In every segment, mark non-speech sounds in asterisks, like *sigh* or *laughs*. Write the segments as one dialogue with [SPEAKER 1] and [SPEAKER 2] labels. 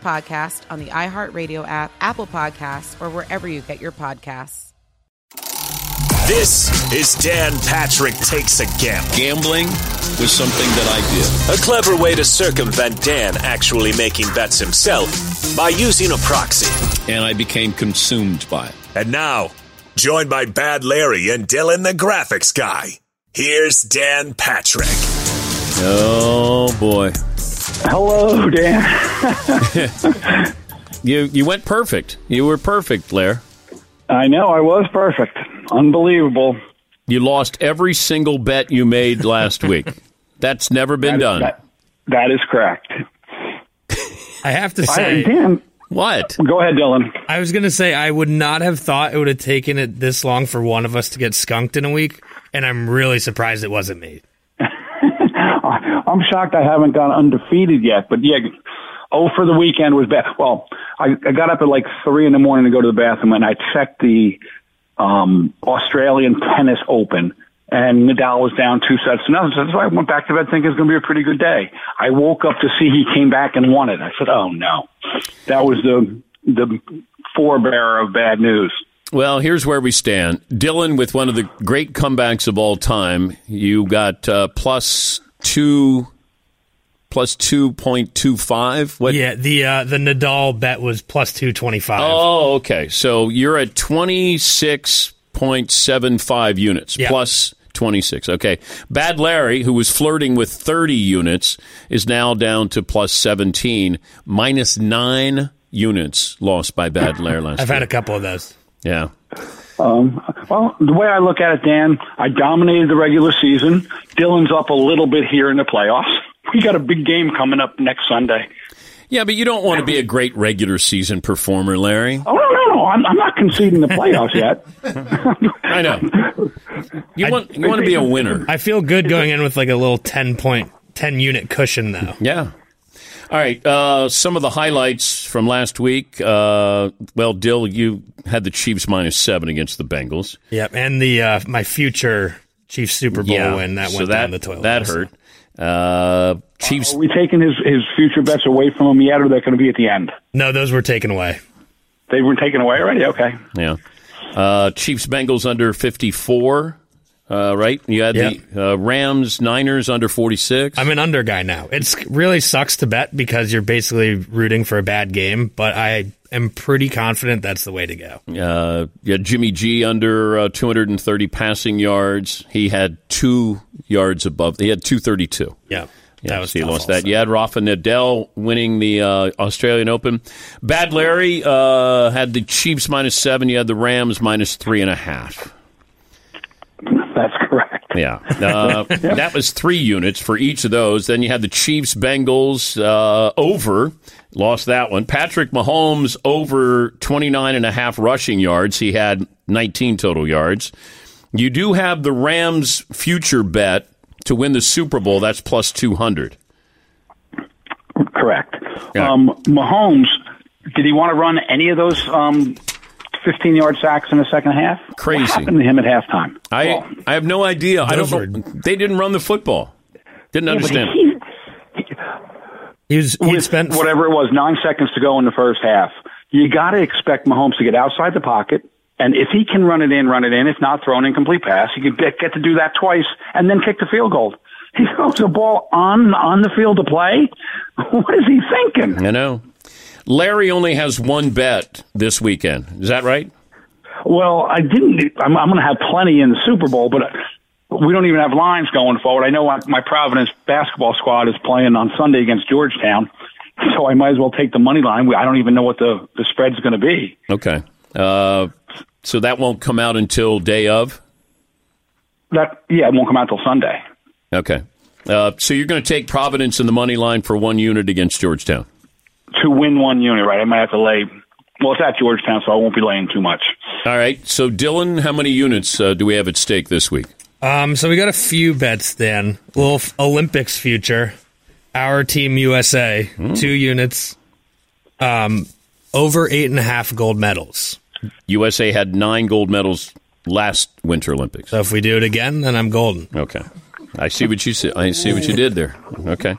[SPEAKER 1] podcast on the iHeartRadio app, Apple Podcasts, or wherever you get your podcasts.
[SPEAKER 2] This is Dan Patrick Takes a Gamble.
[SPEAKER 3] Gambling was something that I did.
[SPEAKER 2] A clever way to circumvent Dan actually making bets himself by using a proxy.
[SPEAKER 3] And I became consumed by it.
[SPEAKER 2] And now, joined by Bad Larry and Dylan the Graphics Guy, here's Dan Patrick.
[SPEAKER 3] Oh, boy.
[SPEAKER 4] Hello, Dan.
[SPEAKER 3] you, you went perfect. You were perfect, Lair.
[SPEAKER 4] I know, I was perfect. Unbelievable.
[SPEAKER 3] You lost every single bet you made last week. That's never been
[SPEAKER 4] That-
[SPEAKER 3] done.
[SPEAKER 4] That, that is correct.
[SPEAKER 5] I have to
[SPEAKER 4] I,
[SPEAKER 5] say,
[SPEAKER 4] Dan,
[SPEAKER 3] What?
[SPEAKER 4] go ahead, Dylan.
[SPEAKER 5] I was going to say, I would not have thought it would have taken it this long for one of us to get skunked in a week, and I'm really surprised it wasn't me.
[SPEAKER 4] I, I'm shocked I haven't gone undefeated yet, but yeah, oh for the weekend was bad. Well, I, I got up at like three in the morning to go to the bathroom, and I checked the um, Australian Tennis Open, and Nadal was down two sets to nothing. So that's why I went back to bed thinking it's going to be a pretty good day. I woke up to see he came back and won it. I said, "Oh no, that was the the forebearer of bad news."
[SPEAKER 3] Well, here's where we stand. Dylan, with one of the great comebacks of all time, you got uh, plus two, plus two point two five. What?
[SPEAKER 5] Yeah, the uh, the Nadal bet was plus 225.
[SPEAKER 3] Oh, okay. So you're at twenty six point seven five units
[SPEAKER 5] Yeah.
[SPEAKER 3] plus twenty six. Okay. Bad Larry, who was flirting with thirty units, is now down to plus seventeen, minus nine units lost by
[SPEAKER 5] *laughs*
[SPEAKER 3] Bad Larry last.
[SPEAKER 5] I've had a
[SPEAKER 3] week.
[SPEAKER 5] couple of those.
[SPEAKER 3] yeah.
[SPEAKER 4] Um, well, the way I look at it, Dan, I dominated the regular season. Dylan's up a little bit here in the playoffs. We got a big game coming up next Sunday.
[SPEAKER 3] Yeah, but you don't want to be a great regular season performer, Larry.
[SPEAKER 4] Oh no, no, no! I'm, I'm not conceding the
[SPEAKER 3] *laughs*
[SPEAKER 4] playoffs yet.
[SPEAKER 3] I know. You want you want to be a winner.
[SPEAKER 5] I feel good going in with like a little 10 point, 10 unit cushion, though.
[SPEAKER 3] Yeah. All right. Uh, some of the highlights from last week. Uh, well, Dill, you had the Chiefs minus seven against the Bengals.
[SPEAKER 5] Yep, and the uh, my future Chiefs Super Bowl win that
[SPEAKER 3] so
[SPEAKER 5] went
[SPEAKER 3] that,
[SPEAKER 5] down the toilet.
[SPEAKER 3] That
[SPEAKER 5] also.
[SPEAKER 3] hurt. Uh, Chiefs.
[SPEAKER 4] Are we taking his his future bets away from him yet, or they're going to be at the end?
[SPEAKER 5] No, those were taken away.
[SPEAKER 4] They've been taken away already. Okay.
[SPEAKER 3] Yeah. Uh, Chiefs Bengals under fifty four. Uh, right. You had the uh, Rams Niners under forty six.
[SPEAKER 5] I'm an under guy now. It's really sucks to bet because you're basically rooting for a bad game, but I am pretty confident that's the way to go.
[SPEAKER 3] Uh, yeah, Jimmy G under uh, 230 passing yards. He had two yards above. He had 232.
[SPEAKER 5] Yeah.
[SPEAKER 3] Yeah,
[SPEAKER 5] that was
[SPEAKER 3] so he
[SPEAKER 5] tough
[SPEAKER 3] lost that.
[SPEAKER 5] also.
[SPEAKER 3] You had Rafa Nadal winning the uh, Australian Open. Bad Larry uh, had the Chiefs minus seven. You had the Rams minus three and a half.
[SPEAKER 4] That's correct.
[SPEAKER 3] Yeah,
[SPEAKER 5] *laughs*
[SPEAKER 3] uh, that was three units for each of those. Then you had the Chiefs Bengals uh, over. Lost that one. Patrick Mahomes over 29 and a half rushing yards. He had 19 total yards. You do have the Rams future bet to win the Super Bowl. That's plus 200.
[SPEAKER 4] Correct.
[SPEAKER 3] Yeah.
[SPEAKER 4] Um, Mahomes Did he want to run any of those um, 15 yard sacks in the second half?
[SPEAKER 3] Crazy.
[SPEAKER 4] What happened to him at halftime?
[SPEAKER 3] I
[SPEAKER 4] Well,
[SPEAKER 3] I have no idea. I don't
[SPEAKER 5] Those
[SPEAKER 3] know. They didn't run the football. Didn't understand.
[SPEAKER 4] he-
[SPEAKER 5] He was he
[SPEAKER 4] with
[SPEAKER 5] spent
[SPEAKER 4] whatever it was, nine seconds to go in the first half. You got to expect Mahomes to get outside the pocket, and if he can run it in, run it in. If not, throw an incomplete pass. He could get, get to do that twice, and then kick the field goal. *laughs* He throws the ball on on the field to play. *laughs* What is he thinking?
[SPEAKER 3] I know. Larry only has one bet this weekend. Is that right?
[SPEAKER 4] Well, I didn't. I'm, I'm going to have plenty in the Super Bowl, but we don't even have lines going forward. I know my, my Providence basketball squad is playing on Sunday against Georgetown, *laughs* so I might as well take the money line. We- I don't even know what the the spread's going to be.
[SPEAKER 3] Okay. Uh, so that won't come out until day of.
[SPEAKER 4] That yeah, it won't come out till Sunday.
[SPEAKER 3] Okay. Uh, so you're going to take Providence in the money line for one unit against Georgetown.
[SPEAKER 4] To win one unit, right? I might have to lay. Well, it's at Georgetown, so I won't be laying too much.
[SPEAKER 3] All right. So Dylan, how many units uh, do we have at stake this week?
[SPEAKER 5] Um, so we got a few bets then. Little f- Olympics future, our team USA, two units, um, over eight and a half gold medals.
[SPEAKER 3] USA had nine gold medals last Winter Olympics.
[SPEAKER 4] Uh,
[SPEAKER 5] So if we do it again, then I'm golden.
[SPEAKER 3] Okay. I see what you said. I see what you did there. Okay.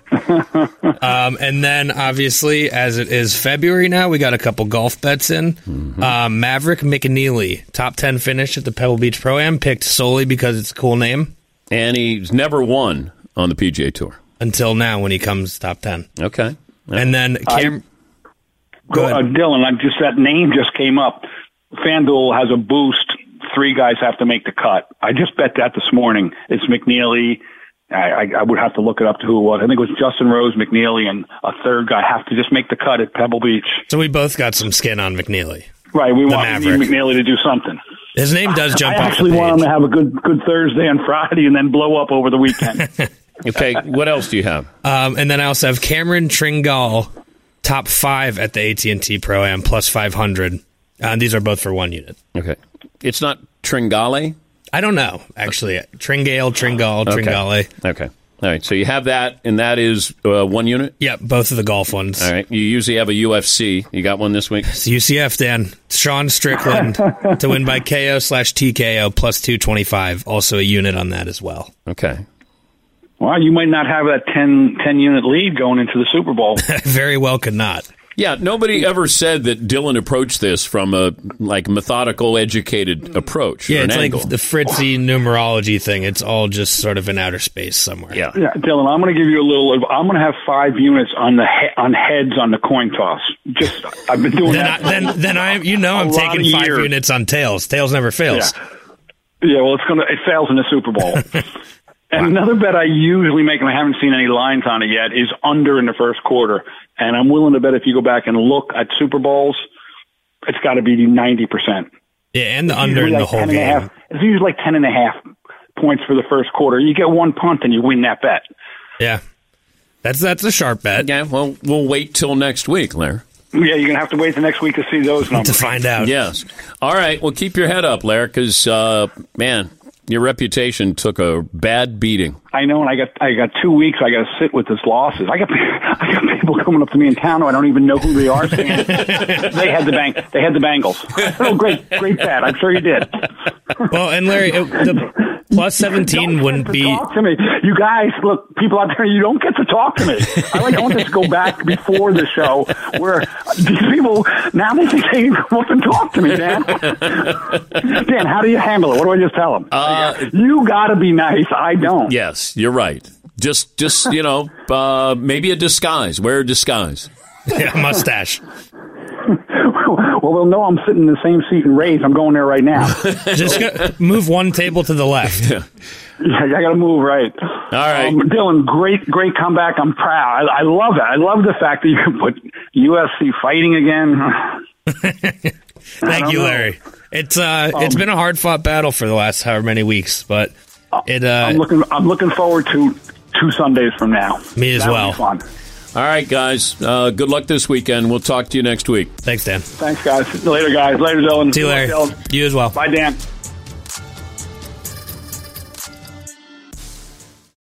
[SPEAKER 5] Um, and then obviously, as it is February now, we got a couple golf bets in. Um, Maverick McNeely, top ten finish at the Pebble Beach Pro Am, picked solely because it's a cool name.
[SPEAKER 3] And he's never won on the PGA Tour.
[SPEAKER 5] Until now, when he comes top ten,
[SPEAKER 3] Okay.
[SPEAKER 5] and then Cam-
[SPEAKER 4] Go
[SPEAKER 5] ahead.
[SPEAKER 4] uh, Dylan, I just that name just came up. FanDuel has a boost. Three guys have to make the cut. I just bet that this morning. It's McNeely. I, I, I would have to look it up to who it was. I think it was Justin Rose, McNeely, and a third guy have to just make the cut at Pebble Beach.
[SPEAKER 5] so we both got some skin on McNeely.
[SPEAKER 4] Right, we
[SPEAKER 5] The
[SPEAKER 4] want
[SPEAKER 5] Maverick.
[SPEAKER 4] McNeely to do something.
[SPEAKER 5] His name does jump
[SPEAKER 4] I
[SPEAKER 5] off the
[SPEAKER 4] actually want him
[SPEAKER 5] page.
[SPEAKER 4] to have a good good Thursday and Friday, and then blow up over the
[SPEAKER 5] *laughs*
[SPEAKER 4] weekend.
[SPEAKER 3] Okay. What else do you have?
[SPEAKER 5] Um, and then I also have Cameron Tringall, top five at the AT and T Pro Am, plus five hundred. Uh, these are both for one unit.
[SPEAKER 3] Okay. It's not Tringale.
[SPEAKER 5] I don't know actually. Tringale, Tringall,
[SPEAKER 3] Okay.
[SPEAKER 5] Tringale.
[SPEAKER 3] Okay. All right. So you have that, and that is uh, one unit.
[SPEAKER 5] Yep, both of the golf ones.
[SPEAKER 3] All right. You usually have a UFC. You got one this week.
[SPEAKER 5] It's UCF, Dan.
[SPEAKER 3] *laughs*
[SPEAKER 5] Sean Strickland to win by KO slash TKO plus 225. Also a unit on that as well. *laughs*
[SPEAKER 3] Okay.
[SPEAKER 4] Well, you might not have that 10, 10 unit lead going into the Super
[SPEAKER 5] *laughs*
[SPEAKER 4] Bowl.
[SPEAKER 5] Very well could not.
[SPEAKER 3] Yeah. Nobody ever said that Dylan approached this from a like methodical, educated approach. or
[SPEAKER 5] Yeah,
[SPEAKER 3] an
[SPEAKER 5] it's
[SPEAKER 3] angle.
[SPEAKER 5] like the Fritzy numerology thing. It's all just sort of in outer space somewhere.
[SPEAKER 3] yeah.
[SPEAKER 4] yeah, Dylan, I'm going to give you a little. I'm going to have five units on the he, on heads on the coin toss. Just I've been doing
[SPEAKER 5] Then, I,
[SPEAKER 4] that.
[SPEAKER 5] then, then I, you know, I'm
[SPEAKER 4] A lot
[SPEAKER 5] taking
[SPEAKER 4] of
[SPEAKER 5] five
[SPEAKER 4] years.
[SPEAKER 5] units on tails. Tails never fails.
[SPEAKER 4] Yeah, well, it's going to it fails in the Super
[SPEAKER 5] *laughs*
[SPEAKER 4] Bowl. and another bet I usually make, and I haven't seen any lines on it yet, is under in the first quarter. And I'm willing to bet if you go back and look at Super Bowls, it's got to be 90 percent.
[SPEAKER 5] Yeah, and the under in the whole game.
[SPEAKER 4] It's usually like ten and a half points for the first quarter. You get one punt and you win that bet.
[SPEAKER 5] Yeah, that's that's a sharp bet
[SPEAKER 3] Yeah. Well, we'll wait till next week, Larry.
[SPEAKER 4] Yeah, you're gonna have to wait the next week to see those
[SPEAKER 5] to
[SPEAKER 4] numbers.
[SPEAKER 5] find out.
[SPEAKER 3] Yes. All right. Well, keep your head up, Larry, because uh, man, your reputation took a bad beating.
[SPEAKER 4] I know, and I got I got two weeks. I got to sit with this losses. I got *laughs* pe- I got people coming up to me in town who I don't even know who they are.
[SPEAKER 5] *laughs*
[SPEAKER 4] Saying they had the bang. They had the Bengals. Oh, great, great bet. I'm sure you did.
[SPEAKER 5] Well, and Larry, it, the plus
[SPEAKER 4] Don't
[SPEAKER 5] seventeen
[SPEAKER 4] get
[SPEAKER 5] wouldn't
[SPEAKER 4] to
[SPEAKER 5] be. *laughs*
[SPEAKER 4] talk to me. You guys, look, people out there, you don't get to talk to me. I like. I want this to go back before the show where these people now they think they want to talk to me, Dan. Dan, how do you handle it? What do I just tell them? you got to be nice. I don't.
[SPEAKER 3] Yes, you're right. Just, just you know, uh, maybe a disguise. Wear a disguise.
[SPEAKER 5] Yeah, mustache.
[SPEAKER 4] *laughs* Well, they'll know I'm sitting in the same seat in Rays. I'm going there right
[SPEAKER 5] *laughs*
[SPEAKER 4] now. *laughs*
[SPEAKER 5] Just go, move one table to the left.
[SPEAKER 4] I got to move right.
[SPEAKER 3] All right.
[SPEAKER 4] Um, Dylan, great, great comeback. I'm proud. I, I love it. I love the fact that you can put USC fighting again.
[SPEAKER 5] Thank
[SPEAKER 4] don't
[SPEAKER 5] you,
[SPEAKER 4] know. Um,
[SPEAKER 5] Larry. It's uh, it's been a hard fought battle for the last however many weeks, but it
[SPEAKER 4] I'm
[SPEAKER 5] uh,
[SPEAKER 4] looking. I'm looking forward to two Sundays from now.
[SPEAKER 5] Me as
[SPEAKER 4] That'll
[SPEAKER 5] well.
[SPEAKER 4] Be fun.
[SPEAKER 3] All right, guys. Uh, good luck this weekend. We'll talk to you next week.
[SPEAKER 5] thanks, Dan.
[SPEAKER 4] Thanks, guys. Later, guys. Later, Dylan.
[SPEAKER 5] See you, Larry.
[SPEAKER 4] Dylan.
[SPEAKER 5] You as well.
[SPEAKER 4] Bye, Dan.